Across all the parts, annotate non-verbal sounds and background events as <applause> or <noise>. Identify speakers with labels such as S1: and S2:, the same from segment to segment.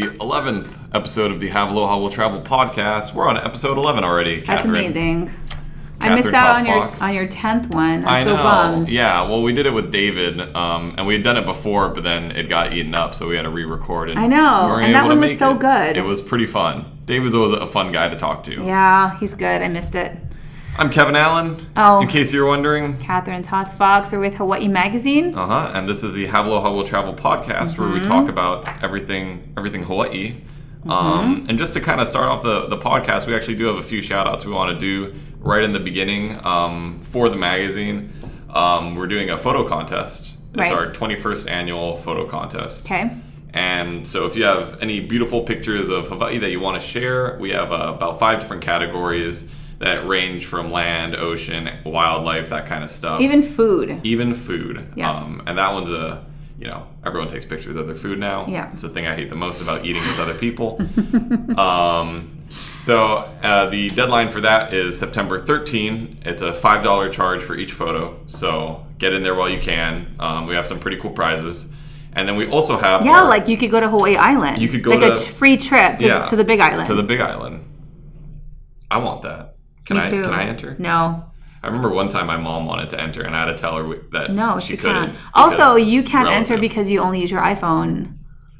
S1: 11th episode of the Have Aloha Will Travel podcast. We're on episode 11 already,
S2: That's
S1: Catherine.
S2: amazing. I
S1: Catherine
S2: missed out on
S1: Todd-Fox.
S2: your on your tenth one. I'm
S1: I
S2: so
S1: know.
S2: bummed.
S1: Yeah, well, we did it with David, um, and we had done it before, but then it got eaten up, so we had to re-record. And
S2: I know,
S1: we weren't
S2: and that
S1: able to
S2: one was
S1: make
S2: so
S1: it.
S2: good.
S1: It was pretty fun. David's always a fun guy to talk to.
S2: Yeah, he's good. I missed it.
S1: I'm Kevin Allen.
S2: Oh.
S1: In case you're wondering.
S2: Catherine Todd Fox are with Hawaii Magazine.
S1: Uh huh. And this is the Have Aloha Will Travel podcast, where we
S2: Mm-hmm.
S1: talk about everything, everything Hawaii. Um, and just to kind of start off the, the podcast, we actually do have a few shout outs we want to do right in the beginning um, for the magazine. Um, we're doing a photo contest. It's
S2: Right.
S1: our 21st annual photo contest.
S2: Okay.
S1: And so, if you have any beautiful pictures of Hawaii that you want to share, we have uh, about five different categories that range from land, ocean, wildlife, that kind of stuff.
S2: Even food.
S1: Even food.
S2: Yeah.
S1: Um, and that one's a, you know, everyone takes pictures of their food now.
S2: Yeah.
S1: It's the thing I hate the most about eating with other
S2: <laughs>
S1: people. um, so, uh, the deadline for that is September 13. It's a $5 charge for each photo. So, get in there while you can. Um, we have some pretty cool prizes. And then we also have.
S2: Yeah,
S1: our-
S2: like you could go to Hawaii Island.
S1: You could go
S2: like a
S1: to-
S2: t- free trip to,
S1: Yeah.
S2: to the Big Island.
S1: to the Big Island. I want that. Can
S2: Me
S1: I
S2: too.
S1: can I enter?
S2: No,
S1: I remember one time my mom wanted to enter, and I had to tell her we- that
S2: no,
S1: she,
S2: she,
S1: couldn't.
S2: can't. Also,
S1: because it's
S2: you can't enter
S1: relative.
S2: because you only use your iPhone.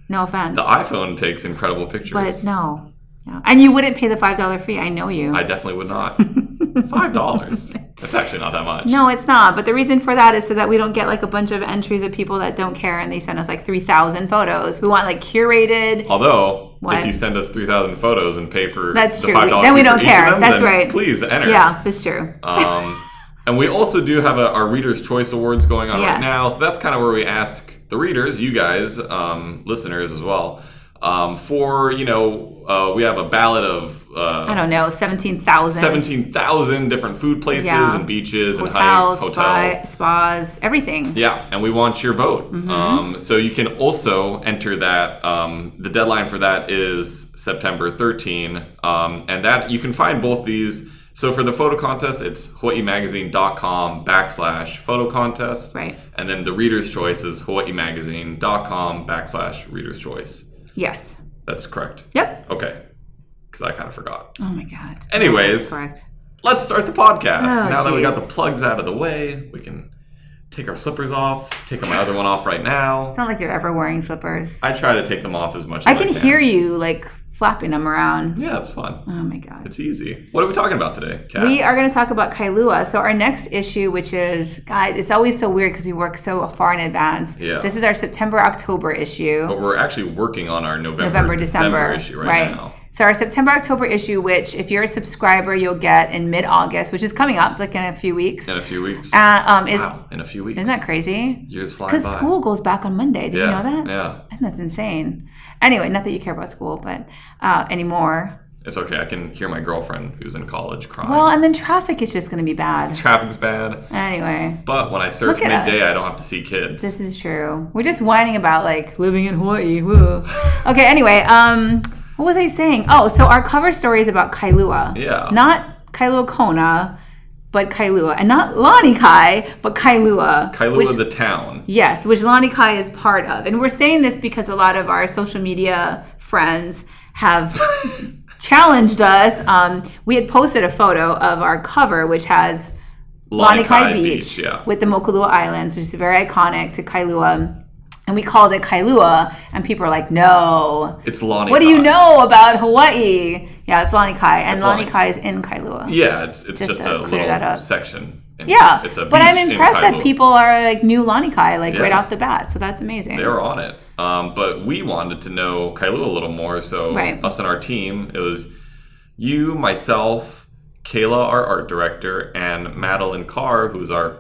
S2: No offense,
S1: the iPhone takes incredible pictures.
S2: but no, yeah. and you wouldn't pay the five dollar fee. I know you.
S1: I definitely would not.
S2: <laughs>
S1: Five dollars. That's actually not that much.
S2: No, it's not. But the reason for that is so that we don't get like a bunch of entries of people that don't care and they send us like 3,000 photos. We want like
S1: Oh,
S2: curated.
S1: Although, if
S2: What?
S1: you send us three thousand photos and pay for
S2: That's
S1: the
S2: true.
S1: five dollars,
S2: Then we don't care. That's right.
S1: Please enter.
S2: Yeah, that's true. <laughs>
S1: Um, and we also do have a, our Readers' Choice Awards going on right
S2: Yes.
S1: now. So that's kind of where we ask the readers, you guys, um, listeners as well, um, for, you know, uh, we have a ballot of
S2: I
S1: uh,
S2: don't know, 17,000.
S1: 17,000 different food places
S2: Yeah.
S1: and beaches and
S2: hotels,
S1: hikes, hotels.
S2: spa, spas, everything.
S1: Yeah, and we want your vote. Um, so you can also enter that. Um, the deadline for that is September 13, um, and that you can find both these. So for the photo contest, it's hawaiimagazine.com backslash photo contest.
S2: Right.
S1: And then the reader's choice is hawaiimagazine.com backslash reader's choice.
S2: Yes.
S1: That's correct.
S2: Yep.
S1: Okay. Because I kind of forgot.
S2: Oh my God.
S1: Anyways,
S2: Correct.
S1: let's start the podcast.
S2: Oh,
S1: now that we got
S2: geez.
S1: the plugs out of the way, we can take our slippers off, take my other one off right now.
S2: It's not like you're ever wearing slippers.
S1: I try to take them off as much as
S2: I
S1: I
S2: can hear you like flapping them around.
S1: Yeah, it's fun.
S2: Oh my God.
S1: It's easy. What are we talking about today, Kat?
S2: We are going to talk about Kailua. So our next issue, which is God, it's always so weird because we work so far in advance.
S1: Yeah.
S2: This is our September October issue.
S1: but we're actually working on our November,
S2: November, December,
S1: issue right, now.
S2: So our September October issue, which if you're a subscriber, you'll get in mid August, which is coming up like in a few weeks.
S1: In a few weeks.
S2: Uh, um, is,
S1: wow, in a few weeks.
S2: Isn't that crazy?
S1: Years fly by.
S2: Because school goes back on Monday. Did
S1: yeah,
S2: you know that?
S1: Yeah.
S2: And that's insane. Anyway, not that you care about school, but uh, anymore.
S1: It's okay. I can hear my girlfriend who's in college crying.
S2: Well, and then traffic is just going to be bad.
S1: Traffic's bad.
S2: Anyway,
S1: But when I surf
S2: Look at
S1: midday, I don't have to see kids.
S2: this is true. We're just whining about like living in Hawaii. Woo. Okay. Anyway, um, what was I saying? Oh, so our cover story is about Kailua.
S1: Yeah.
S2: Not Kailua Kona, but Kailua, and not Lani Kai, but Kailua.
S1: Kailua
S2: which-
S1: the town.
S2: Yes, which Lani Kai is part of. And we're saying this because a lot of our social media friends
S1: <laughs>
S2: have challenged us. Um, we had posted a photo of our cover, which has Lani Kai Beach,
S1: yeah.
S2: with the Mokulua Islands, which is very iconic to Kailua. And we called it Kailua, and people are like, no.
S1: It's Lani
S2: What do you
S1: Kai.
S2: know about Hawaii? Yeah, it's Lani Kai, and
S1: It's
S2: Lani
S1: Lani-
S2: Kai is in Kailua.
S1: Yeah, it's, it's just,
S2: Just
S1: a
S2: to clear that
S1: little
S2: up.
S1: section. And
S2: Yeah,
S1: It's a
S2: but I'm
S1: beach in
S2: impressed that
S1: Kailua.
S2: people are like new Lani Kai, like right
S1: Yeah.
S2: off the bat. So that's amazing.
S1: they were on it. Um, but we wanted to know Kailua a little more, so
S2: Right.
S1: us and our team, it was you, myself, Kayla, our art director, and Madeline Carr, who's our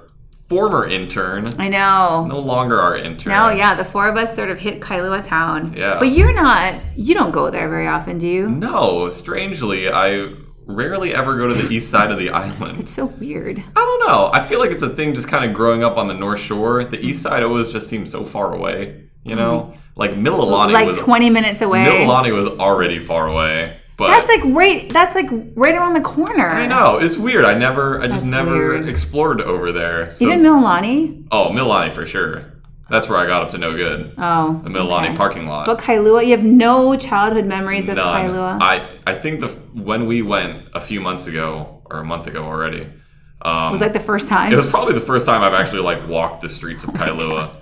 S1: former intern,
S2: I know.
S1: no longer our intern.
S2: Now, yeah, the four of us sort of hit Kailua Town.
S1: Yeah. Mm.
S2: But you're not, you don't go there very often, do you?
S1: No, strangely, I rarely ever go to the east side of the <laughs> island.
S2: It's so weird.
S1: I don't know. I feel like it's a thing just kind of growing up on the North Shore. The east side always just seems so far away, you know? Like Mililani
S2: Mm-hmm. like
S1: was
S2: 20 minutes away.
S1: Mililani was already far away. But
S2: That's like right, that's like right around the corner.
S1: I know it's weird. I never, I just
S2: That's
S1: never
S2: weird.
S1: explored over there. So,
S2: Even Mililani?
S1: oh, Milani for sure. That's where I got up to no good.
S2: Oh,
S1: The Mililani
S2: okay.
S1: parking lot.
S2: But Kailua, you have no childhood memories of
S1: None.
S2: Kailua.
S1: I, I think the f- when we went a few months ago or a month ago already,
S2: it was like the first
S1: Um, it
S2: time.
S1: was probably the first time I've actually like walked the streets of
S2: <laughs>
S1: Kailua.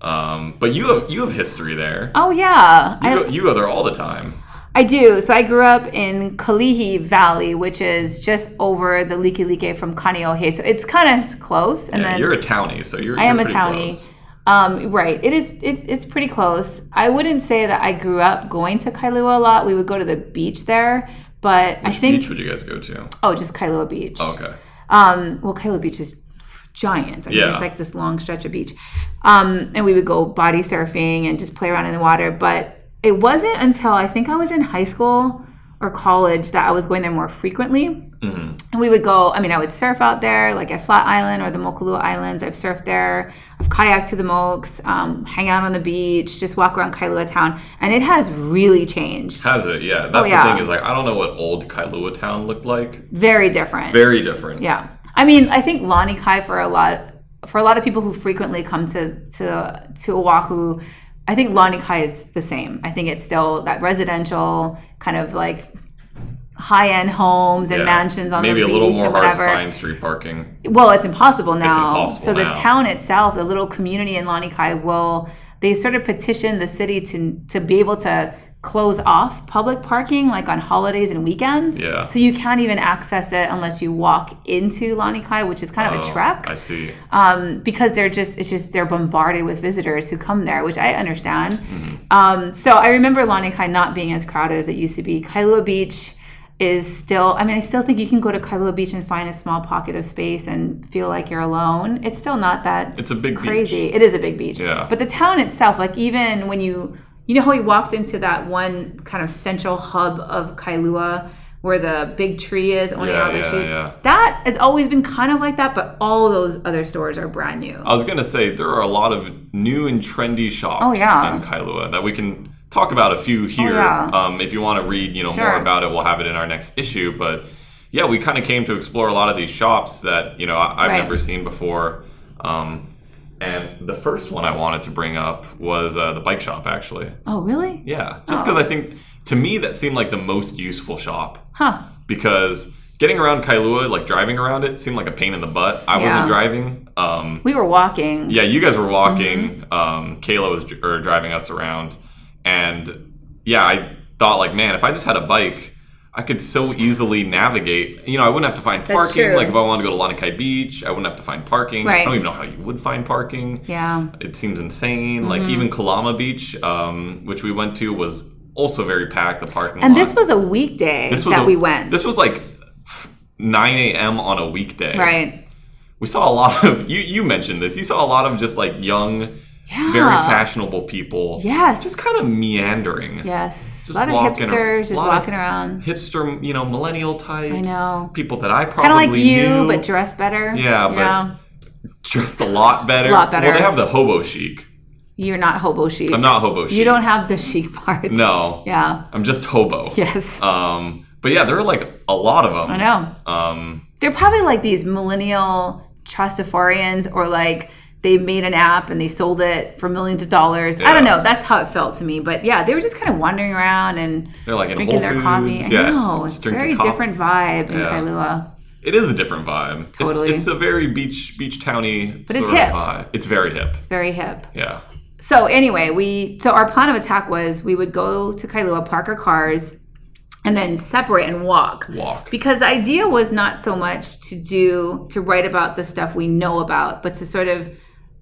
S1: um, but you have you have history there.
S2: oh yeah,
S1: You
S2: I,
S1: go, you go there all the time.
S2: I do. So I grew up in Kalihi Valley, which is just over the Liki Like from Kaneohe. So it's kind of close. And
S1: Yeah,
S2: then
S1: you're a townie, so you're.
S2: I am
S1: you're
S2: a
S1: pretty
S2: townie.
S1: close.
S2: Um, right. It is. It's it's pretty close. I wouldn't say that I grew up going to Kailua a lot. We would go to the beach there, but I think
S1: Beach would you guys go to?
S2: oh, just Kailua Beach.
S1: Okay.
S2: Um, well, Kailua Beach is giant. I mean,
S1: Yeah.
S2: it's like this long stretch of beach. Um, and we would go body surfing and just play around in the water. But it wasn't until I think I was in high school or college that I was going there more frequently. And we would go, I mean, I would surf out there, like at Flat Island or the Mokulua Islands. I've surfed there. I've kayaked to the Mokes, um, hang out on the beach, just walk around Kailua town. And it has really changed.
S1: Has it? Yeah. That's
S2: Oh, yeah.
S1: the thing is like I don't know what old Kailua town looked like.
S2: Very different.
S1: Very different.
S2: Yeah, I mean, I think Lani Kai for a lot for a lot of people who frequently come to to to Oahu, I think Lani Kai is the same. I think it's still that residential kind of like high end homes and
S1: Yeah.
S2: mansions on
S1: Maybe
S2: the
S1: a
S2: beach
S1: little more
S2: or
S1: hard to
S2: whatever.
S1: find street parking.
S2: Well, it's impossible now.
S1: impossible
S2: so the
S1: now.
S2: town itself, the little community in Lanikai will they sort of petition the city to to be able to close off public parking like on holidays and weekends.
S1: Yeah.
S2: So you can't even access it unless you walk into Lanikai, which is kind of
S1: Oh,
S2: a trek
S1: I see.
S2: um, because they're just it's just they're bombarded with visitors who come there, which I understand. Um, so I remember Lanikai not being as crowded as it used to be. Kailua Beach is still I mean I still think you can go to Kailua Beach and find a small pocket of space and feel like you're alone. It's still not that
S1: It's a big
S2: crazy.
S1: beach.
S2: It is a big beach.
S1: Yeah.
S2: But the town itself, like even when you you know how we walked into that one kind of central hub of Kailua where the big tree is on
S1: Yeah,
S2: the
S1: yeah,
S2: street.
S1: yeah.
S2: That has always been kind of like that, but all those other stores are brand new.
S1: I was gonna say there are a lot of new and trendy shops
S2: Oh, yeah. Oh,
S1: in Kailua that we can talk about a few here.
S2: yeah.
S1: um, if you want to read, you know,
S2: Sure.
S1: more about it, we'll have it in our next issue. But yeah, we kind of came to explore a lot of these shops that you know I, I've
S2: Right.
S1: never seen before. Um, and the first one I wanted to bring up was uh, the bike shop, actually.
S2: Oh, really?
S1: Yeah, just
S2: Oh.
S1: because I think to me that seemed like the most useful shop
S2: Huh.
S1: because getting around Kailua, like driving around it, seemed like a pain in the butt. I
S2: Yeah.
S1: wasn't driving. Um,
S2: We were walking.
S1: yeah, you guys were walking.
S2: Mm-hmm.
S1: Um, Kayla was dr- or driving us around, and yeah, I thought like, man, if I just had a bike, I could so easily navigate. You know, I wouldn't have to find parking.
S2: true.
S1: Like if I wanted to go to Lanikai Beach, I wouldn't have to find parking. I
S2: Right.
S1: don't even know how you would find parking.
S2: Yeah. Mm-hmm.
S1: It seems insane. Like even Kalama Beach, um, which we went to, was also very packed. The parking
S2: And
S1: lot.
S2: this was a weekday
S1: This
S2: that
S1: a-
S2: we went.
S1: This was like. 9 a.m. on a weekday.
S2: right.
S1: We saw a lot of you. You mentioned this. You saw a lot of just like young,
S2: Yeah.
S1: very fashionable people.
S2: Yes.
S1: Just kind of meandering.
S2: yes.
S1: just
S2: a lot of
S1: walking ar-
S2: hipsters just
S1: lot of-
S2: walking around.
S1: Hipster, you know, millennial types.
S2: I know.
S1: People that I
S2: Kind
S1: probably
S2: of like you,
S1: knew,
S2: but dressed better.
S1: Yeah, but- dressed a lot
S2: <laughs>
S1: better.
S2: Lot better.
S1: Well, they have the hobo chic.
S2: You're not hobo chic.
S1: I'm not hobo chic.
S2: You don't have the chic parts.
S1: No.
S2: Yeah.
S1: I'm just hobo.
S2: Yes.
S1: Um. But yeah, there are like a lot of them.
S2: I know.
S1: Um.
S2: They're probably like these millennial Trastafarians or like they made an app and they sold it for millions of dollars. I don't
S1: Yeah.
S2: know. That's how it felt to me. But yeah, they were just kind of wandering around and
S1: They're like in
S2: drinking
S1: Whole
S2: their
S1: Foods.
S2: coffee.
S1: Yeah.
S2: I know.
S1: just
S2: It's a
S1: drinking
S2: very
S1: coffee.
S2: different vibe in
S1: Yeah.
S2: Kailua.
S1: It is a different vibe. It's-
S2: Totally.
S1: It's, a very beach beach towny. But
S2: it's
S1: sort
S2: hip.
S1: Of vibe. It's very hip.
S2: It's very hip.
S1: Yeah.
S2: So anyway, we so our plan of attack was we would go to Kailua, park our cars, and then separate and walk.
S1: Walk.
S2: Because the idea was not so much to do to write about the stuff we know about, but to sort of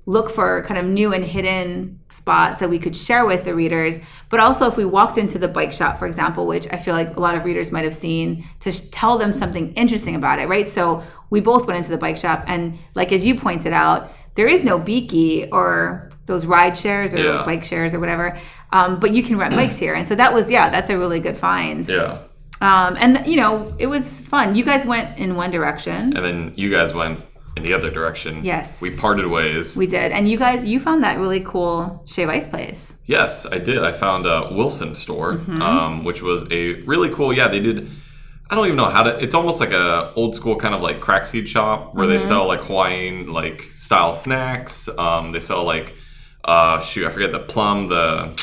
S2: look for kind of new and hidden spots that we could share with the readers. But also, if we walked into the bike shop, for example, which I feel like a lot of readers might have seen, to sh- tell them something interesting about it, right? So we both went into the bike shop, and like as you pointed out, there is no Beaky or those ride shares or
S1: Yeah.
S2: bike shares or whatever. Um, but you can rent bikes here, and so that was yeah, that's a really good find.
S1: Yeah.
S2: Um, and you know, it was fun. You guys went in one direction.
S1: and then you guys went in the other direction.
S2: Yes.
S1: We parted ways.
S2: We did, and you guys, you found that really cool shave ice place.
S1: yes, I did. I found a Wilson store,
S2: Mm-hmm.
S1: um, which was a really cool. Yeah, they did. I don't even know how to. It's almost like a old school kind of like
S2: Mm-hmm.
S1: crack seed shop where they sell like Hawaiian like style snacks. Um, they sell like uh, shoot, I forget the plum, the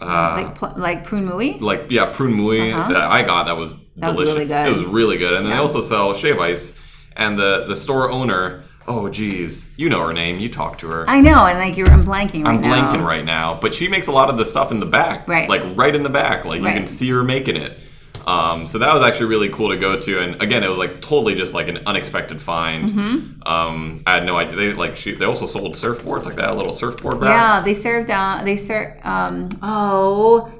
S1: uh,
S2: like pl- like prune mouy.
S1: like yeah, prune mouy
S2: Uh-huh.
S1: that I got that was
S2: That was
S1: delicious.
S2: really good.
S1: It was really good. And then
S2: Yeah.
S1: they also sell shave ice. And the the store owner, oh geez, you know her name. You talked to her.
S2: I know, and like you're, I'm blanking. Right
S1: I'm
S2: now.
S1: blanking right now, but she makes a lot of the stuff in the back,
S2: Right.
S1: Like right in the back, like
S2: Right.
S1: you can see her making it. Um, so that was actually really cool to go to, and again, it was like totally just like an unexpected find.
S2: Mm-hmm.
S1: Um, I had no idea. They like she, they also sold surfboards like that, a little surfboard rack.
S2: Yeah, they served down. They serve um oh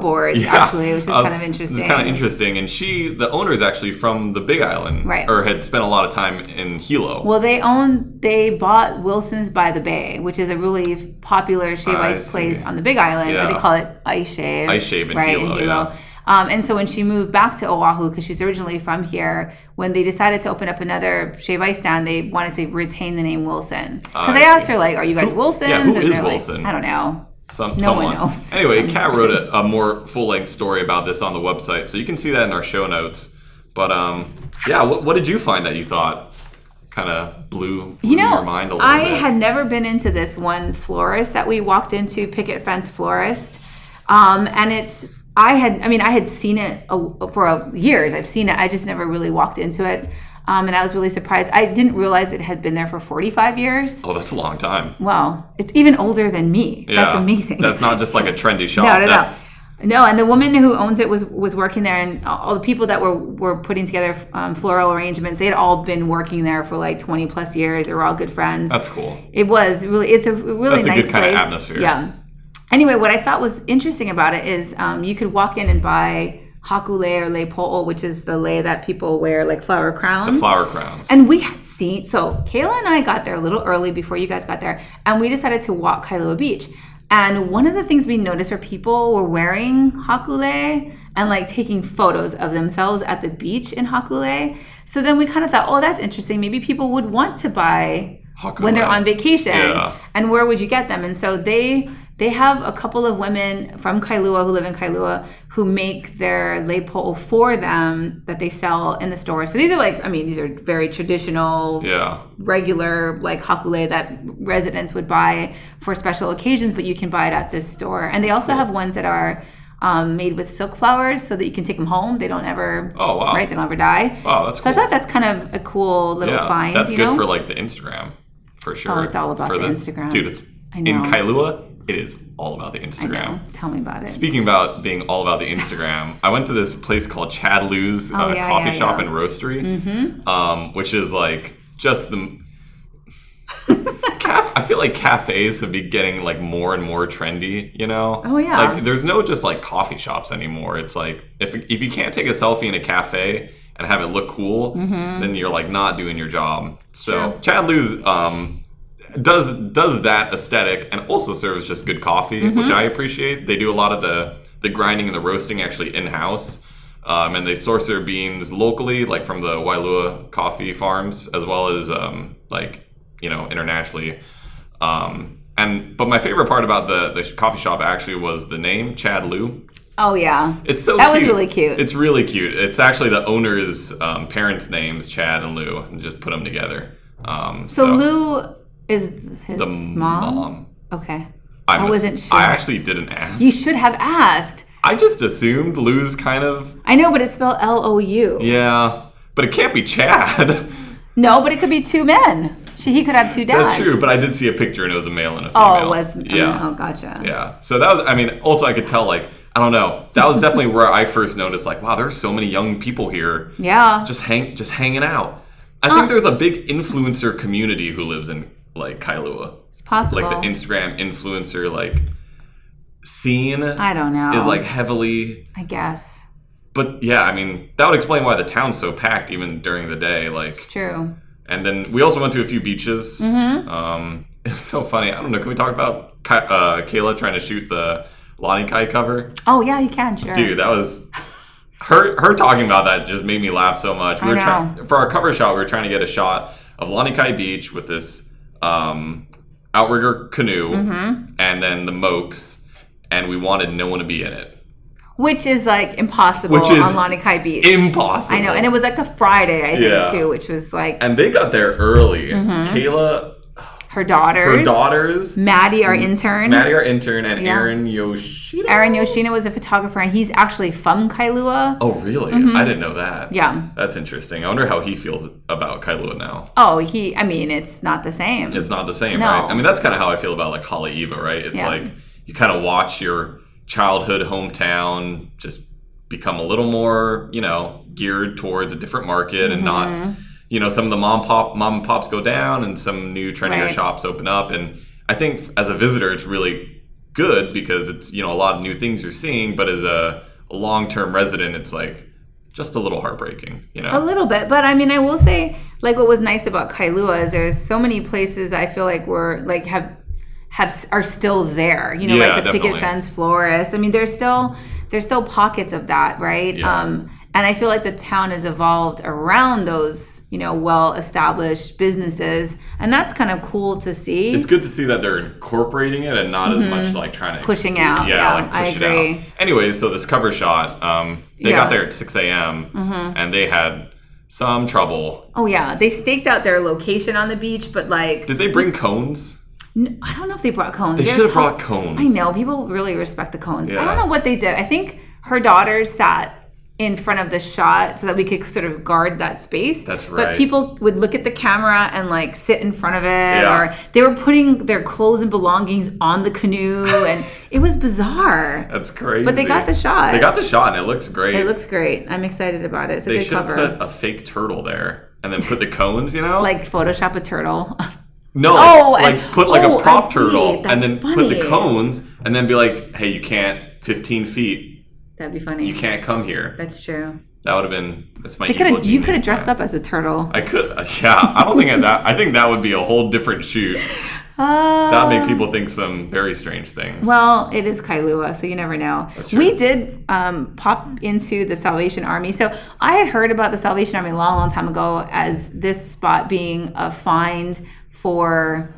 S1: <laughs>
S2: boards actually, which is
S1: I Uh, was-
S2: kind of interesting.
S1: It's kind of interesting, and she, the owner, is actually from the Big Island,
S2: Right.
S1: Or had spent a lot of time in Hilo.
S2: Well, they own they bought Wilson's by the Bay, which is a really popular shave
S1: I
S2: ice place
S1: see.
S2: on the Big Island. Or
S1: Yeah.
S2: they call it ice shave.
S1: Ice Shave in
S2: right,
S1: Hilo, yeah.
S2: Um, and so when she moved back to Oahu, because she's originally from here, when they decided to open up another shave ice stand, they wanted to retain the name Wilson. Because
S1: I
S2: I, asked
S1: see.
S2: her, like, "Are you guys
S1: Who-
S2: Wilsons?"
S1: yeah, who
S2: and
S1: is
S2: they're like,
S1: Wilson?
S2: I don't know.
S1: Some,
S2: No one
S1: someone.
S2: knows.
S1: Anyway,
S2: Some
S1: Kat wrote a, a more full length story about this on the website, so you can see that in our show notes. But um, yeah, what, what did you find that you thought kind of blew, blew
S2: You know,
S1: your mind a little
S2: I
S1: bit?
S2: had never been into this one florist that we walked into, Picket Fence Florist. Um, and it's, I had, I mean, I had seen it a, for a, years. I've seen it. I just never really walked into it. Um, and I was really surprised. I didn't realize it had been there for 45 years.
S1: oh, that's a long time.
S2: Wow. It's even older than me. that's
S1: Yeah.
S2: amazing. <laughs>
S1: That's not just like a trendy shop.
S2: no, no, no.
S1: that's,
S2: No, and the woman who owns it was was working there, and all the people that were were putting together um, floral arrangements, they had all been working there for like twenty plus years. They were all good friends.
S1: That's cool.
S2: It was really. It's a really
S1: That's a
S2: nice
S1: good kind of
S2: place.
S1: atmosphere.
S2: Yeah. Anyway, what I thought was interesting about it is um, you could walk in and buy haku lei or lei po'o, which is the lei that people wear like flower crowns.
S1: Flower crowns.
S2: and we had seen so Kayla and I got there a little early before you guys got there, and we decided to walk Kailua Beach. And one of the things we noticed were people were wearing hakule and like taking photos of themselves at the beach in hakule. So then we kind of thought, oh, that's interesting. Maybe people would want to buy when they're
S1: Hakule.
S2: on vacation
S1: Yeah.
S2: and where would you get them and so they they have a couple of women from kailua who live in kailua who make their lei po'o for them that they sell in the store so these are like i mean these are very traditional
S1: yeah.
S2: regular like hakule that residents would buy for special occasions but you can buy it at this store and they also have ones that are um, made with silk flowers so that you can take them home they don't ever
S1: Oh, wow.
S2: right they don't ever die
S1: Wow, that's
S2: so
S1: cool.
S2: i thought that's kind of a cool little
S1: yeah,
S2: find
S1: that's
S2: you
S1: good
S2: know? Oh,
S1: for like the Instagram, for sure.
S2: it's all about
S1: for
S2: the Instagram.
S1: Dude, it's
S2: I
S1: in
S2: know.
S1: Kailua, it is all about the Instagram.
S2: No, tell me about it
S1: Speaking about being all about the Instagram, I went to this place called Chad Lou's uh,
S2: Oh, yeah,
S1: coffee
S2: yeah,
S1: shop
S2: yeah. Mm-hmm.
S1: and roastery, um, which is like just the.
S2: <laughs>
S1: Caf- I feel like cafes have been getting like more and more trendy. You know?
S2: Oh, yeah.
S1: Like there's no just like coffee shops anymore. It's like if if you can't take a selfie in a cafe and have it look cool,
S2: Mm-hmm.
S1: then you're like not doing your job. So Chad Lou's um, does does that aesthetic and also serves just good coffee, which
S2: Mm-hmm.
S1: I appreciate. They do a lot of the the grinding and the roasting actually in house, um, and they source their beans locally, like from the Wailua coffee farms, as well as um, like you know internationally. Um, and but my favorite part about the the coffee shop actually was the name Chad Lou.
S2: Oh yeah.
S1: It's so
S2: That was
S1: cute.
S2: really cute.
S1: It's really cute. It's actually the owner's um, parents' names, Chad and Lou, and just put them together. Um,
S2: so, Lou is his
S1: the
S2: mom?
S1: mom.
S2: Okay.
S1: I,
S2: I
S1: mis-
S2: wasn't sure.
S1: I actually didn't ask.
S2: You should have asked.
S1: I just assumed Lou's kind of
S2: I know, but it's spelled L O U.
S1: yeah, but it can't be Chad. <laughs>
S2: No, but it could be two men. She, he could have two dads.
S1: That's true. But I did see a picture and it was a male and a female.
S2: Oh, it was.
S1: yeah,
S2: Oh, gotcha.
S1: yeah. So that was. I mean, also I could tell like I don't know. That was definitely <laughs> where I first noticed like wow, there are so many young people here
S2: Yeah.
S1: just hang just hanging out. I think there's a big influencer community who lives in like Kailua,
S2: it's possible.
S1: like the Instagram influencer like scene
S2: I don't know.
S1: is like heavily
S2: I guess.
S1: But yeah, I mean, that would explain why the town's so packed even during the day. Like,
S2: True.
S1: and then we also went to a few beaches.
S2: Mm-hmm.
S1: Um, <laughs> it was so funny. I don't know. Can we talk about Ka- uh, Kayla trying to shoot the Lonnie Kai cover?
S2: Oh yeah, you can. Sure.
S1: Dude, that was her. Her talking about that just made me laugh so much. We
S2: I
S1: were
S2: know.
S1: trying for our cover shot. We were trying to get a shot of Lonnie Kai Beach with this um, outrigger canoe,
S2: Mm-hmm.
S1: and then the Mokes, and we wanted no one to be in it.
S2: Which is like impossible
S1: Which is
S2: on Lanikai Beach.
S1: Impossible.
S2: I know, and it was like a Friday, I think,
S1: Yeah.
S2: too, which was like Mm-hmm.
S1: and they got there early. Kayla,
S2: her daughters.
S1: Her daughters,
S2: Maddie, our intern.
S1: Maddie, our intern, and
S2: Mm-hmm. Yeah.
S1: Aaron Yoshida.
S2: Aaron Yoshino was a photographer, and he's actually from Kailua.
S1: Oh, really? I didn't know that.
S2: Mm-hmm. Yeah.
S1: That's interesting. I wonder how he feels about Kailua now.
S2: Oh, he. I mean, it's not the same.
S1: It's not the same,
S2: No.
S1: right? I mean, that's kind of how I feel about like Holly Eva, right? It's
S2: Yeah.
S1: like you kind of watch your childhood hometown just become a little more, you know, geared towards a different market and
S2: Mm-hmm.
S1: not, you know, some of the mom pop mom and pops go down and some new trendier
S2: Right.
S1: shops open up. And I think f- as a visitor, it's really good because it's you know a lot of new things you're seeing. But as a, a long term resident, it's like just a little heartbreaking, you know.
S2: A little bit, but I mean, I will say, like, what was nice about Kailua is there's so many places I feel like were like have have are still there. You know,
S1: Yeah,
S2: like the
S1: definitely.
S2: picket fence florist. I mean, there's still there's still pockets of that, right?
S1: Yeah.
S2: Um, and I feel like the town has evolved around those, you know, well established businesses, and that's kind of cool to see.
S1: It's good to see that they're incorporating it and not as much like trying to
S2: Mm-hmm. Pushing
S1: exclude-
S2: out,
S1: Yeah,
S2: Oh, yeah,
S1: like push
S2: I agree.
S1: it out. Anyways, so this cover shot, um, they
S2: Yeah. Mm-hmm.
S1: got there at six a.m. and they had some trouble.
S2: oh yeah, they staked out their location on the beach, but like,
S1: Did they bring cones?
S2: n- I don't know if they brought cones.
S1: They
S2: They're
S1: should have
S2: tall-
S1: brought cones.
S2: I know people really respect the cones. I
S1: Yeah.
S2: don't know what they did. I think her daughter sat in front of the shot so that we could sort of guard that space.
S1: That's right.
S2: But people would look at the camera and like sit in front of it,
S1: Yeah.
S2: or they were putting their clothes and belongings on
S1: <laughs>
S2: the canoe, and it was bizarre.
S1: That's crazy.
S2: But they got the shot.
S1: They got the shot, and it looks great.
S2: It looks great. I'm excited about it. It's a
S1: they
S2: good
S1: should have
S2: cover.
S1: put a fake turtle there and then put the cones. You know,
S2: <laughs> like Photoshop a turtle. <laughs>
S1: no, like,
S2: Oh, and-
S1: like, put like
S2: oh,
S1: a
S2: I
S1: prop
S2: see.
S1: turtle and
S2: That's
S1: then put the
S2: funny.
S1: cones and then be like, hey, you can't. Fifteen feet,
S2: That'd be funny.
S1: you can't come here.
S2: That's true.
S1: That would have been. That's my.
S2: They could
S1: evil
S2: have. You
S1: genius
S2: could have
S1: plan.
S2: dressed up as a turtle.
S1: I could, <laughs> yeah. I don't think that. I think that would be a whole different shoot. That would make people think some very strange things.
S2: Well, it is Kailua, so you never know.
S1: true.
S2: We did um, pop into the Salvation Army. So I had heard about the Salvation Army a long, long time ago as this spot being a find for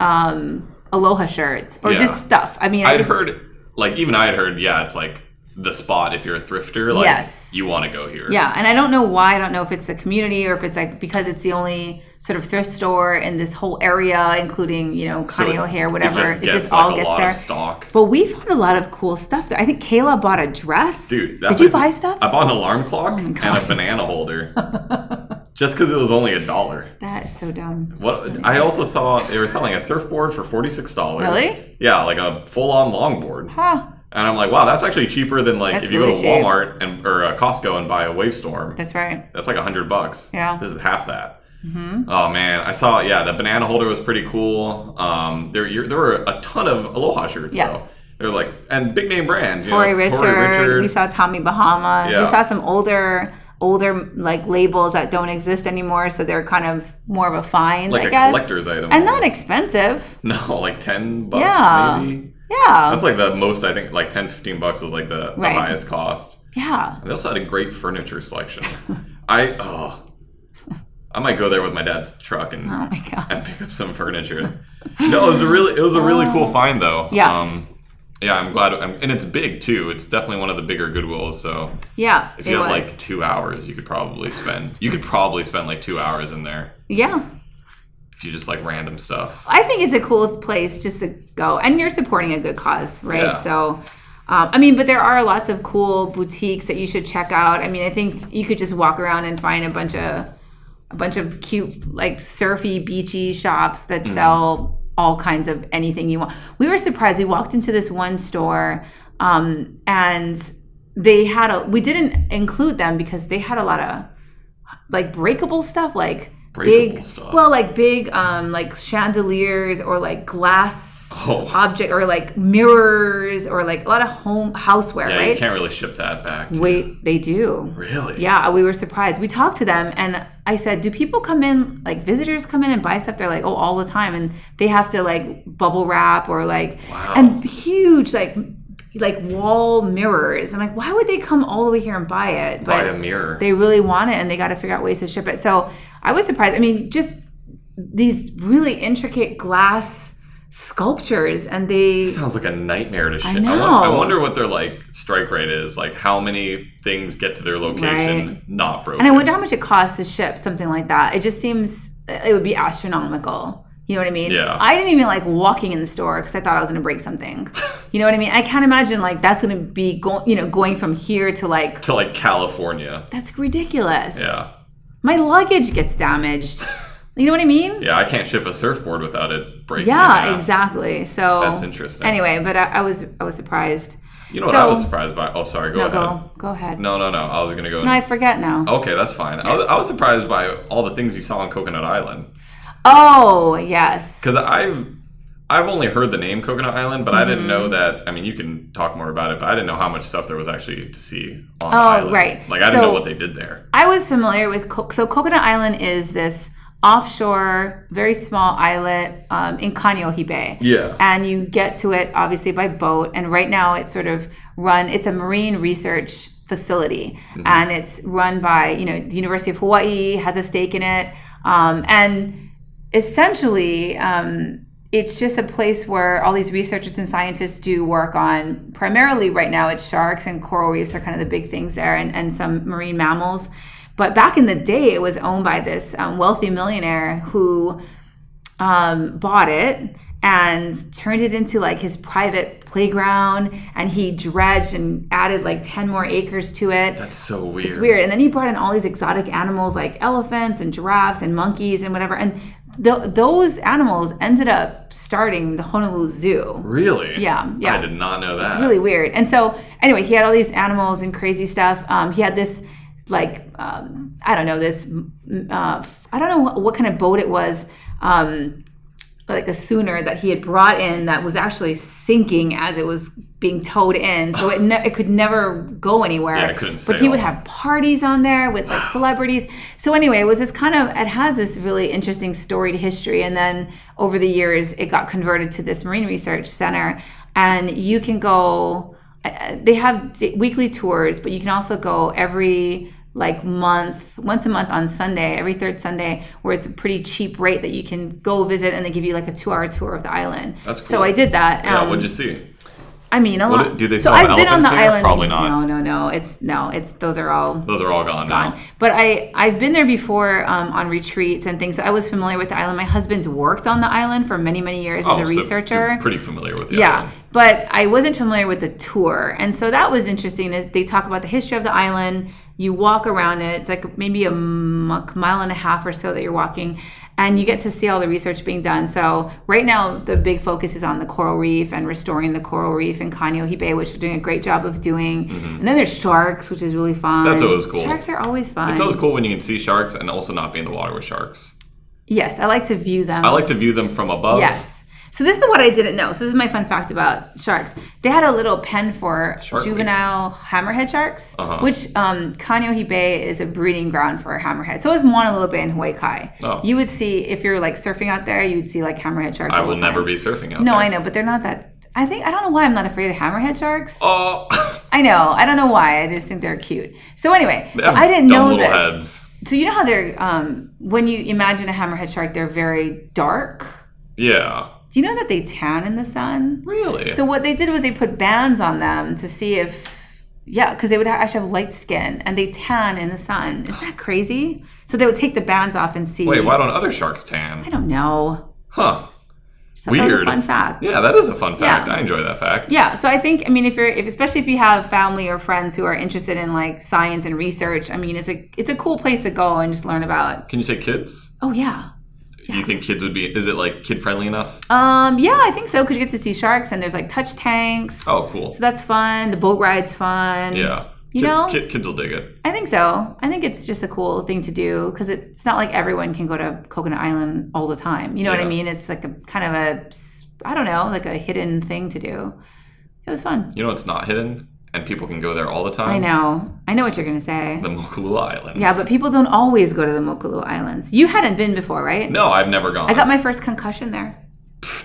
S2: um, Aloha shirts or
S1: Yeah.
S2: just stuff. I mean, I
S1: I'd
S2: just-
S1: heard, like, even I had heard, yeah, it's like the spot if you're a thrifter. Like,
S2: Yes.
S1: You want to go here.
S2: Yeah, and I don't know why. I don't know if it's a community or if it's like because it's the only sort of thrift store in this whole area, including you know
S1: So
S2: Connie O'Hare, whatever.
S1: It just, gets, like,
S2: all
S1: a
S2: gets
S1: lot
S2: there.
S1: Of stock.
S2: But we found a lot of cool stuff there. I think Kayla bought a dress.
S1: Dude, that
S2: did you
S1: place-
S2: buy stuff? Oh
S1: I bought an alarm clock and a banana holder,
S2: <laughs>
S1: just because it was only a dollar.
S2: That is so dumb.
S1: What I also saw they were selling a surfboard for forty six dollars.
S2: Really?
S1: Yeah, like a full on longboard.
S2: Huh.
S1: And I'm like, wow, that's actually cheaper than like
S2: That's
S1: if you go
S2: really
S1: to
S2: cheap.
S1: Walmart and or uh, Costco and buy a wave storm.
S2: That's right.
S1: That's like a hundred bucks.
S2: Yeah. Mm-hmm.
S1: This is half that. Oh man, I saw. Yeah, the banana holder was pretty cool. Um, there you- there were a ton of Aloha shirts
S2: Yeah.
S1: though. There was like and big name brands. You
S2: Tori
S1: know,
S2: Richard,
S1: Tory Richard.
S2: We saw Tommy Bahamas.
S1: Yeah.
S2: We saw some older older like labels that don't exist anymore, so they're kind of more of a find,
S1: like
S2: I
S1: a
S2: guess.
S1: collector's item.
S2: and not
S1: almost.
S2: expensive.
S1: <laughs> no, like ten bucks
S2: Yeah.
S1: maybe.
S2: Yeah.
S1: That's like the most I think. Like 10, 15 bucks was like the,
S2: Right.
S1: the highest cost.
S2: yeah.
S1: They also had a great furniture selection. I oh, I might go there with my dad's truck and
S2: Oh my god.
S1: and pick up some furniture. No, it was a really it was a really cool find though.
S2: Oh. Yeah.
S1: Um, yeah, I'm glad, I'm, and it's big too. It's definitely one of the bigger Goodwills. So
S2: Yeah.
S1: if you
S2: it
S1: have
S2: was.
S1: like two hours, you could probably spend you could probably spend like two hours in there
S2: Yeah.
S1: if you just like random stuff.
S2: I think it's a cool place just to go, and you're supporting a good cause, right?
S1: Yeah.
S2: So, um, I mean, but there are lots of cool boutiques that you should check out. I mean, I think you could just walk around and find a bunch of a bunch of cute, like surfy, beachy shops that sell all kinds of anything you want. We were surprised. We walked into this one store, um, and they had a. We didn't include them because they had a lot of like breakable stuff, like
S1: Breakable
S2: big
S1: stuff.
S2: well, like big um like chandeliers or like glass
S1: Oh,
S2: object or like mirrors or like a lot of home houseware,
S1: yeah, you
S2: right?
S1: can't really ship that back. To
S2: Wait, they do.
S1: Really?
S2: Yeah, uh, we were surprised. We talked to them and I said, Do people come in, like visitors come in and buy stuff? They're like, Oh, all the time. And they have to like bubble wrap or like,
S1: Wow.
S2: and huge like, like wall mirrors. I'm like, Why would they come all the way here and buy it?
S1: Buy
S2: But
S1: a mirror.
S2: they really want it and they got to figure out ways to ship it. So I was surprised. I mean, just these really intricate glass sculptures and they
S1: Sounds like a nightmare to ship. I,
S2: know.
S1: won- I wonder what their like strike rate is. Like how many things get to their location not broken.
S2: And I wonder how much it costs to ship something like that. It just seems it would be astronomical. You know what I mean?
S1: Yeah.
S2: I didn't even like walking in the store because I thought I was going to break something. You know what I mean? I can't imagine like that's going to be going, you know, going from here to like
S1: to like California.
S2: that's ridiculous.
S1: Yeah.
S2: My luggage gets damaged. You know what I mean?
S1: Yeah, I can't ship a surfboard without it breaking. in
S2: Yeah,
S1: half.
S2: exactly. So
S1: That's interesting.
S2: Anyway, but I, I was I was surprised.
S1: You know what
S2: So-
S1: I was surprised by? Oh, sorry. Go
S2: No,
S1: ahead.
S2: go go ahead.
S1: No, Oh. no, no. I was gonna go.
S2: No, I forget now.
S1: okay, that's fine. I was, I was surprised by all the things you saw on Coconut Island
S2: Oh yes.
S1: because I've I've only heard the name Coconut Island, but I didn't know
S2: Mm-hmm.
S1: that. I mean, you can talk more about it, but I didn't know how much stuff there was actually to see on the
S2: Oh,
S1: island.
S2: right.
S1: Like I didn't know
S2: So-
S1: what they did there.
S2: I was familiar with Co- so Coconut Island is this offshore, very small islet um, in Kaneohe Bay.
S1: Yeah.
S2: and you get to it obviously by boat and right now it's sort of run it's a marine research facility and it's run by you know the university of hawaii has a stake in it um, and essentially um, it's just a place where all these researchers and scientists do work on primarily right now it's sharks and coral reefs are kind of the big things there and, and some marine mammals but back in the day it was owned by this um, wealthy millionaire who um, bought it and turned it into like his private playground and he dredged and added like 10 more acres to it
S1: That's so weird.
S2: it's weird and then he brought in all these exotic animals like elephants and giraffes and monkeys and whatever and th- those animals ended up starting the honolulu zoo
S1: Really?
S2: Yeah, yeah.
S1: I did not know that.
S2: it's really weird. And so, anyway, he had all these animals and crazy stuff. Um, he had this, like, um, I don't know, this, mm, uh, I don't know what, what kind of boat it was, um, like a schooner that he had brought in that was actually sinking as it was being towed in. So it, ne- it could never go anywhere.
S1: Yeah, it couldn't
S2: But he
S1: sail.
S2: would have parties on there with
S1: <sighs>
S2: like celebrities. So anyway, it was this kind of it has this really interesting storied history, and then over the years, it got converted to this marine research center, and you can go. uh, They have d- weekly tours, but you can also go every like month, once a month on Sunday, every third Sunday, where it's a pretty cheap rate that you can go visit, and they give you like a two-hour tour of the island.
S1: That's
S2: So
S1: cool.
S2: I did that.
S1: yeah.
S2: um,
S1: What'd you see?
S2: I mean, a
S1: What
S2: lot.
S1: do- do they
S2: so
S1: still have
S2: I've been on
S1: elephants
S2: the
S1: there?
S2: island.
S1: Probably not.
S2: No, no, no. It's no. It's those are all
S1: Those are all gone, now.
S2: on. But I I've been there before um, on retreats and things. So I was familiar with the island. My husband's worked on the island for many many years
S1: Oh,
S2: as a
S1: so
S2: researcher.
S1: you're pretty familiar with the
S2: yeah,
S1: island.
S2: but I wasn't familiar with the tour, and so that was interesting. Is they talk about the history of the island. You walk around it. It's like maybe a m- mile and a half or so that you're walking, and you get to see all the research being done. So right now, the big focus is on the coral reef and restoring the coral reef in Kaneohe Bay, which they're doing a great job of doing. And then there's sharks, which is really fun.
S1: Mm-hmm. That's always cool.
S2: Sharks are always fun.
S1: It's always cool when you can see sharks and also not be in the water with sharks.
S2: Yes, I like to view them.
S1: I like to view them from above.
S2: Yes. So this is what I didn't know. So this is my fun fact about sharks. They had a little pen for
S1: Shark Week.
S2: juvenile hammerhead sharks,
S1: Uh-huh.
S2: which um, Kaneohe Bay is a breeding ground for hammerhead. So is Moanalua Bay in Hawaii Kai.
S1: Oh.
S2: You would see if you're like surfing out there, you would see like hammerhead sharks.
S1: I
S2: all the
S1: will
S2: time.
S1: never be surfing out
S2: No,
S1: there.
S2: I know, but they're not that. I think I don't know why I'm not afraid of hammerhead sharks.
S1: Oh, <laughs>
S2: I know. I don't know why. I just think they're cute. So anyway,
S1: they have
S2: I didn't
S1: dumb
S2: know
S1: little
S2: this.
S1: heads.
S2: So you know how they're um, when you imagine a hammerhead shark, they're very dark.
S1: Yeah.
S2: Do you know that they tan in the sun?
S1: Really?
S2: So what they did was they put bands on them to see if yeah, because they would actually have light skin and they tan in the sun. Isn't that crazy? So they would take the bands off and see.
S1: Wait, why don't other sharks
S2: I
S1: tan?
S2: don't know.
S1: Huh.
S2: Just thought that was a
S1: Weird.
S2: fun fact.
S1: Yeah, that is a fun fact.
S2: Yeah.
S1: I enjoy that fact.
S2: Yeah, so I think I mean if you're if especially if you have family or friends who are interested in like science and research, I mean it's a it's a cool place to go and just learn about.
S1: Can you take kids?
S2: Oh yeah.
S1: Do you think kids would be? Is it like kid friendly enough?
S2: Um yeah, I think so cuz you get to see sharks and there's like touch tanks.
S1: Oh, cool.
S2: So that's fun. The boat ride's fun.
S1: yeah.
S2: You
S1: Kid-
S2: know-
S1: kid, kids will dig it.
S2: I think so. I think it's just a cool thing to do because it's not like everyone can go to Coconut Island all the time. You know what I
S1: Yeah.
S2: mean? It's like a kind of a, s- I don't know, like a hidden thing to do. It was fun.
S1: You know, it's not hidden, and people can go there all the time.
S2: I know. I know what you're going to say.
S1: The Mokulua Islands.
S2: Yeah, but people don't always go to the Mokulua Islands. You hadn't been before, right?
S1: no, I've never gone.
S2: I got my first concussion there.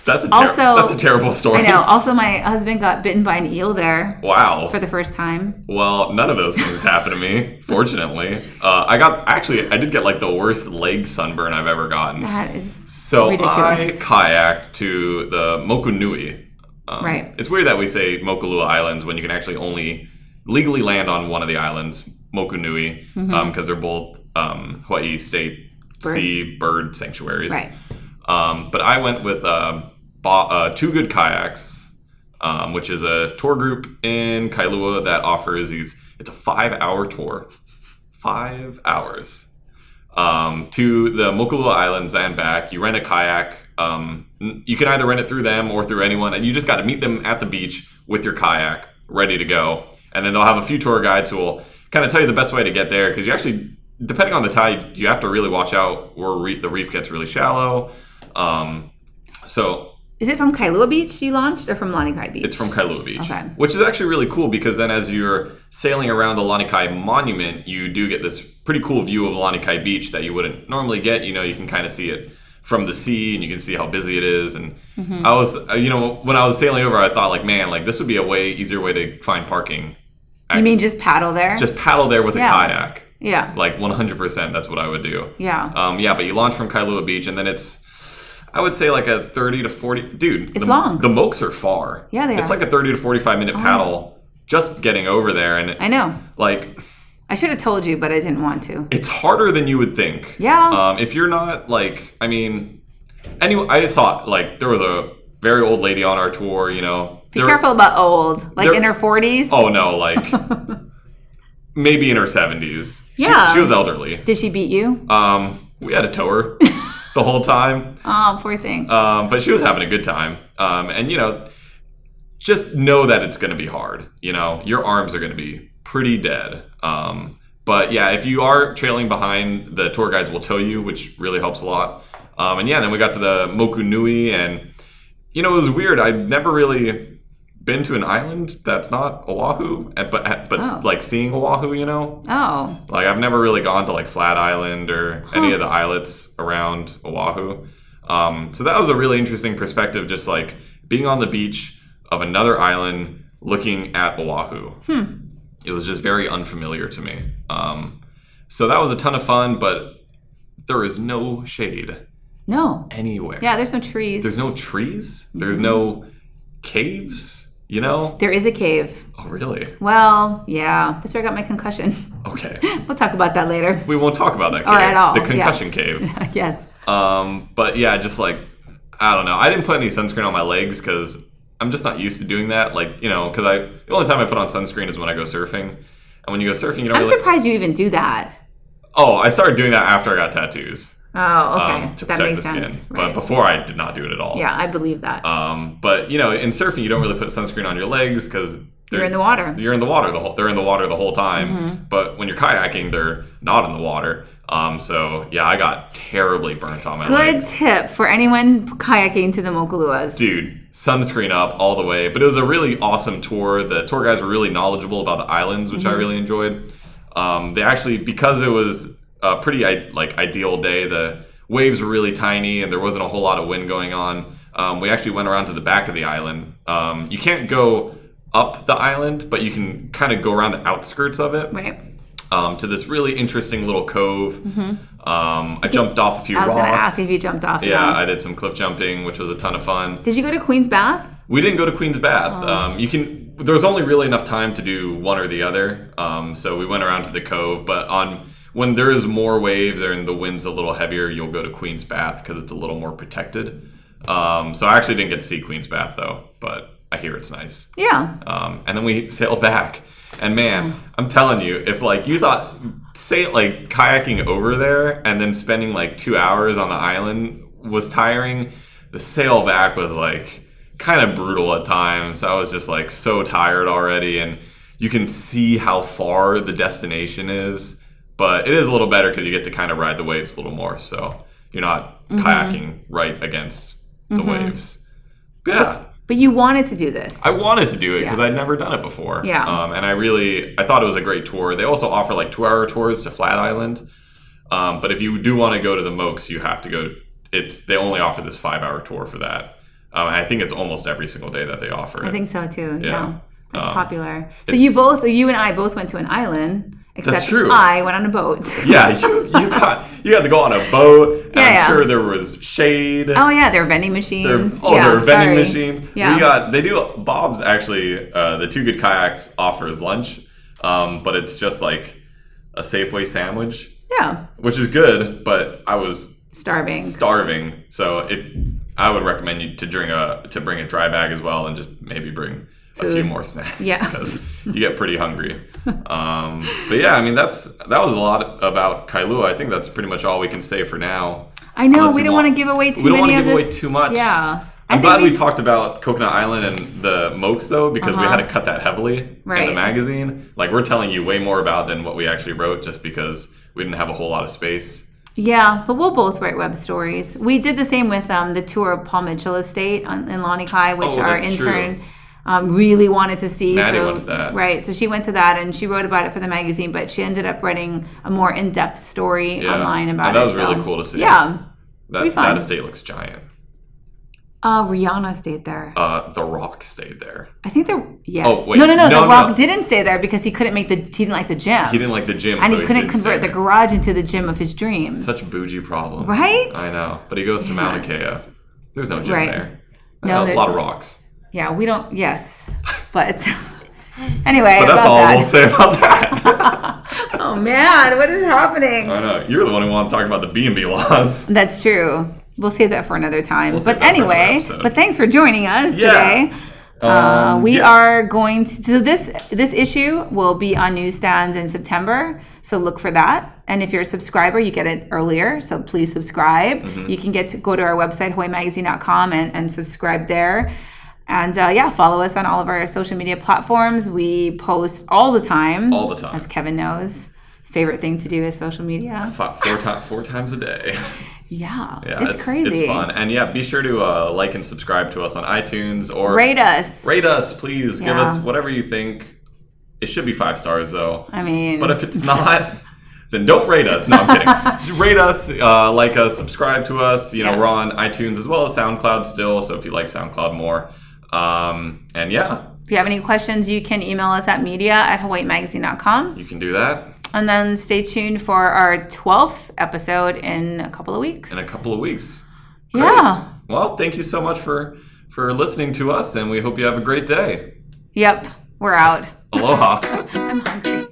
S1: that's a ter-
S2: also-
S1: that's a terrible
S2: I
S1: story.
S2: know. Also, my husband got bitten by an eel there
S1: Wow.
S2: for the first time.
S1: Well, none of those things happened to me, fortunately. Uh, I got actually, I did get like the worst leg sunburn I've ever gotten.
S2: That is
S1: So
S2: ridiculous.
S1: I kayaked to the Mokunui. Um,
S2: Right.
S1: It's weird that we say Mokulua Islands when you can actually only legally land on one of the islands, Mokunui,
S2: Mm-hmm.
S1: um, because they're both um, Hawaii state sea bird sanctuaries.
S2: right.
S1: Um, but I went with um bought, uh, Two Good Kayaks, um, which is a tour group in Kailua that offers these. It's a five-hour tour, five hours um, to the Mokulua Islands and back. You rent a kayak. Um, n- you can either rent it through them or through anyone, and you just got to meet them at the beach with your kayak ready to go. And then they'll have a few tour guides who will kind of tell you the best way to get there because you actually, depending on the tide, you have to really watch out where re- the reef gets really shallow. Um, so
S2: Is it from Kailua Beach you launched or from Lanikai Beach?
S1: it's from Kailua Beach,
S2: Okay.
S1: which is actually really cool because then as you're sailing around the Lanikai Monument, you do get this pretty cool view of Lanikai Beach that you wouldn't normally get. You know, you can kind of see it from the sea and you can see how busy it is. And
S2: Mm-hmm.
S1: I was, uh, you know, when I was sailing over, I thought like, man, like this would be a way easier way to find parking.
S2: You mean just paddle there?
S1: Just paddle there with
S2: Yeah.
S1: a kayak.
S2: yeah.
S1: Like 100%, that's what I would do.
S2: Yeah.
S1: Um, yeah, but you launch from Kailua Beach, and then it's, I would say like a thirty to forty. Dude,
S2: It's
S1: the,
S2: long.
S1: The Mokes are far.
S2: Yeah, they
S1: It's
S2: are. Oh,
S1: like a thirty to forty-five minute paddle just getting over there, and
S2: I know.
S1: like
S2: I should have told you, but I didn't want to.
S1: it's harder than you would think.
S2: Yeah.
S1: Um, if you're not like, I mean, anyway, I saw like there was a very old lady on our tour. You know,
S2: Be careful about old, like
S1: there-
S2: in her 40s.
S1: Oh no,
S2: <laughs>
S1: like maybe in her seventies.
S2: Yeah.
S1: she was elderly.
S2: Did she beat you?
S1: Um, we had a
S2: <laughs>
S1: tower the whole time.
S2: Oh, poor thing.
S1: Um, but she was having a good time. Um, and you know, just know that it's going to be hard. You know, your arms are going to be pretty dead. Um, but yeah, if you are trailing behind, the tour guides will tow you, which really helps a lot. Um, and yeah, then we got to the Moku Nui, and you know, it was weird. I've never really been to an island that's not Oahu, and- but but
S2: Oh.
S1: like seeing Oahu, you know,
S2: oh,
S1: like I've never really gone to like Flat Island or any of the islets around Oahu. Um, so that was a really interesting perspective, just like being on the beach of another island looking at Oahu.
S2: Hmm.
S1: It was just very unfamiliar to me. Um, so that was a ton of fun, but there is no shade
S2: no.
S1: anywhere.
S2: Yeah, Mm-hmm. there's no trees.
S1: There's no trees. There's no caves. You know?
S2: There is a cave.
S1: Oh, really?
S2: Well, yeah. That's where I got my concussion. <laughs>
S1: Okay.
S2: We'll talk about that later. <laughs>
S1: We won't talk about that cave.
S2: Or at all,
S1: The
S2: yeah.
S1: concussion cave.
S2: yes.
S1: Um, but yeah, just like I don't know. I didn't put any sunscreen on my legs because I'm just not used to doing that. Like you know, because I the only time I put on sunscreen is when I go surfing. And when you go surfing, you don't
S2: I'm
S1: really.
S2: surprised you even do that.
S1: Oh, I started doing that after I got tattoos
S2: Oh, okay.
S1: um, to
S2: that
S1: protect
S2: makes
S1: the skin.
S2: sense.
S1: But
S2: Right.
S1: before, I did not do it at all.
S2: yeah, I believe that.
S1: Um, but you know, in surfing, you don't really put sunscreen on your legs because
S2: You're in the Mm-hmm. water.
S1: You're in the water the whole. They're in the water the whole time. But when you're kayaking, they're not in the water. Um, so yeah, I got terribly burnt on my legs.
S2: Good tip for anyone kayaking to the Mokaluas.
S1: dude, sunscreen up all the way. But it was a really awesome tour. The tour guys were really knowledgeable about the islands, which
S2: Mm-hmm.
S1: I really enjoyed. Um, they actually, because it was a pretty i- like ideal day, the waves were really tiny and there wasn't a whole lot of wind going on. Um, we actually went around to the back of the island. Um, you can't go up the island, but you can kind of go around the outskirts of it
S2: Right. Mm-hmm.
S1: um, to this really interesting little cove. Um, I jumped off a few
S2: I was going to
S1: rocks.
S2: ask if you jumped off.
S1: yeah, I did some cliff jumping, which was a ton of fun.
S2: Did you go to Queen's Bath?
S1: We didn't go to Queen's Bath. Um, you can. There was only really enough time to do one or the other. Um, so we went around to the cove, but on when there is more waves and the wind's a little heavier, you'll go to Queen's Bath because it's a little more protected. Um, so I actually didn't get to see Queen's Bath though, but I hear it's nice.
S2: Yeah.
S1: Um, and then we sailed back. And man, I'm telling you, if like you thought, say like kayaking over there and then spending like two hours on the island was tiring, the sail back was like kind of brutal at times. I was just like so tired already. And you can see how far the destination is, but it is a little better because you get to kind of ride the waves a little more. So you're not kayaking right against the waves. Yeah.
S2: But you wanted to do this.
S1: I wanted to do it because
S2: Yeah.
S1: I'd never done it before.
S2: Yeah.
S1: Um, and I really, I thought it was a great tour. They also offer like two-hour tours to Flat Island. Um, but if you do want to go to the Mokes, you have to go. It's they only offer this five-hour tour for that. Um, I think it's almost every single day that they offer it.
S2: I think so too. Yeah.
S1: Yeah.
S2: That's
S1: Um,
S2: popular. So you both, you and I both went to an island, except
S1: true.
S2: I went on a boat.
S1: yeah, <laughs> you, you got you had to go on a boat. And
S2: Yeah,
S1: I'm
S2: yeah.
S1: sure there was shade.
S2: <laughs> Oh yeah, there are vending
S1: They're-
S2: machines.
S1: oh,
S2: yeah,
S1: there are vending
S2: sorry.
S1: machines.
S2: Yeah.
S1: We got they do Bob's actually uh, the Two Good Kayaks offers lunch, um, but it's just like a Safeway sandwich,
S2: yeah.
S1: which is good. But I was
S2: starving.
S1: starving. So if I would recommend you to drink a to bring a dry bag as well, and just maybe bring a few
S2: Food.
S1: more snacks.
S2: Yeah.
S1: 'cause you get pretty hungry. Um, but yeah, I mean that's that was a lot about Kailua. I think that's pretty much all we can say for now.
S2: I know
S1: Unless
S2: we
S1: you
S2: don't
S1: want-
S2: want to give away too
S1: we don't want
S2: many
S1: to
S2: of
S1: give away
S2: this-
S1: too much.
S2: Yeah, I
S1: I'm
S2: think
S1: glad we, talked about Coconut Island and the Mokes though, because we
S2: Uh-huh.
S1: had to cut that heavily in the
S2: Right.
S1: magazine. Like we're telling you way more about than what we actually wrote, just because we didn't have a whole lot of space.
S2: Yeah, but we'll both write web stories. We did the same with um, the tour of Paul Mitchell Estate on, in Lanikai, which
S1: Oh,
S2: our
S1: that's
S2: intern
S1: true.
S2: um, really wanted to see.
S1: Maddie
S2: so,
S1: went to that.
S2: Right, so she went to that and she wrote about it for the magazine, but she ended up writing a more in depth story
S1: Yeah.
S2: online
S1: And
S2: about
S1: that
S2: it.
S1: was really
S2: so-
S1: cool to see.
S2: Yeah.
S1: That
S2: Be fun.
S1: that estate looks giant.
S2: Uh, Rihanna stayed there.
S1: Uh, the Rock stayed there.
S2: I think the yes.
S1: Oh, wait.
S2: No, no,
S1: No,
S2: no. the
S1: no.
S2: Rock didn't stay there because he couldn't make the he didn't like the gym,
S1: He didn't like the gym,
S2: and
S1: so
S2: he couldn't
S1: didn't
S2: convert
S1: stay
S2: the
S1: there.
S2: garage into the gym of his dreams.
S1: Such bougie problems,
S2: Right?
S1: I know, but he goes to Mauna Kea. There's no gym
S2: Right.
S1: there.
S2: No,
S1: Uh, a
S2: there's
S1: lot of
S2: not.
S1: rocks.
S2: Yeah, we don't.
S1: <laughs>
S2: Yes, but <laughs> anyway,
S1: But that's
S2: about
S1: all <laughs>
S2: that.
S1: we'll say about
S2: <laughs>
S1: that.
S2: Oh man, what is happening?
S1: I know you're the one who wanted to talk about the B and B laws.
S2: That's true. We'll save that for another time.
S1: save
S2: but
S1: that for another
S2: anyway,
S1: episode.
S2: but thanks for joining us
S1: Yeah.
S2: today. Uh,
S1: Um,
S2: we
S1: yeah.
S2: are going to so this this issue will be on newsstands in September, so look for that. And if you're a subscriber, you get it earlier, so please subscribe.
S1: Mm-hmm.
S2: You can get to go to our website hawaiimagazine.com and, and subscribe there. And uh, yeah, follow us on all of our social media platforms. We post all the time.
S1: All the time.
S2: As Kevin knows, his favorite thing to do is social media.
S1: Fi- Four, ti- four times a day. <laughs>
S2: Yeah,
S1: Yeah,
S2: it's, crazy.
S1: It's fun. And yeah, be sure to uh, like and subscribe to us on iTunes or
S2: Rate us.
S1: rate us, please. Give
S2: Yeah.
S1: us whatever you think. It should be five stars though.
S2: I mean,
S1: But if it's not, then don't rate us. No, I'm kidding. rate us, uh, like us, subscribe to us. You know,
S2: Yeah.
S1: we're on iTunes as well as SoundCloud still. So if you like SoundCloud more, um, and yeah,
S2: if you have any questions, you can email us at media at hawaiimagazine.com.
S1: you can do that
S2: And then stay tuned for our 12th episode in a couple of weeks.
S1: in a couple of weeks.
S2: Yeah.
S1: Well, thank you so much for for listening to us, and we hope you have a great day.
S2: Yep. We're out.
S1: Aloha.
S2: I'm hungry.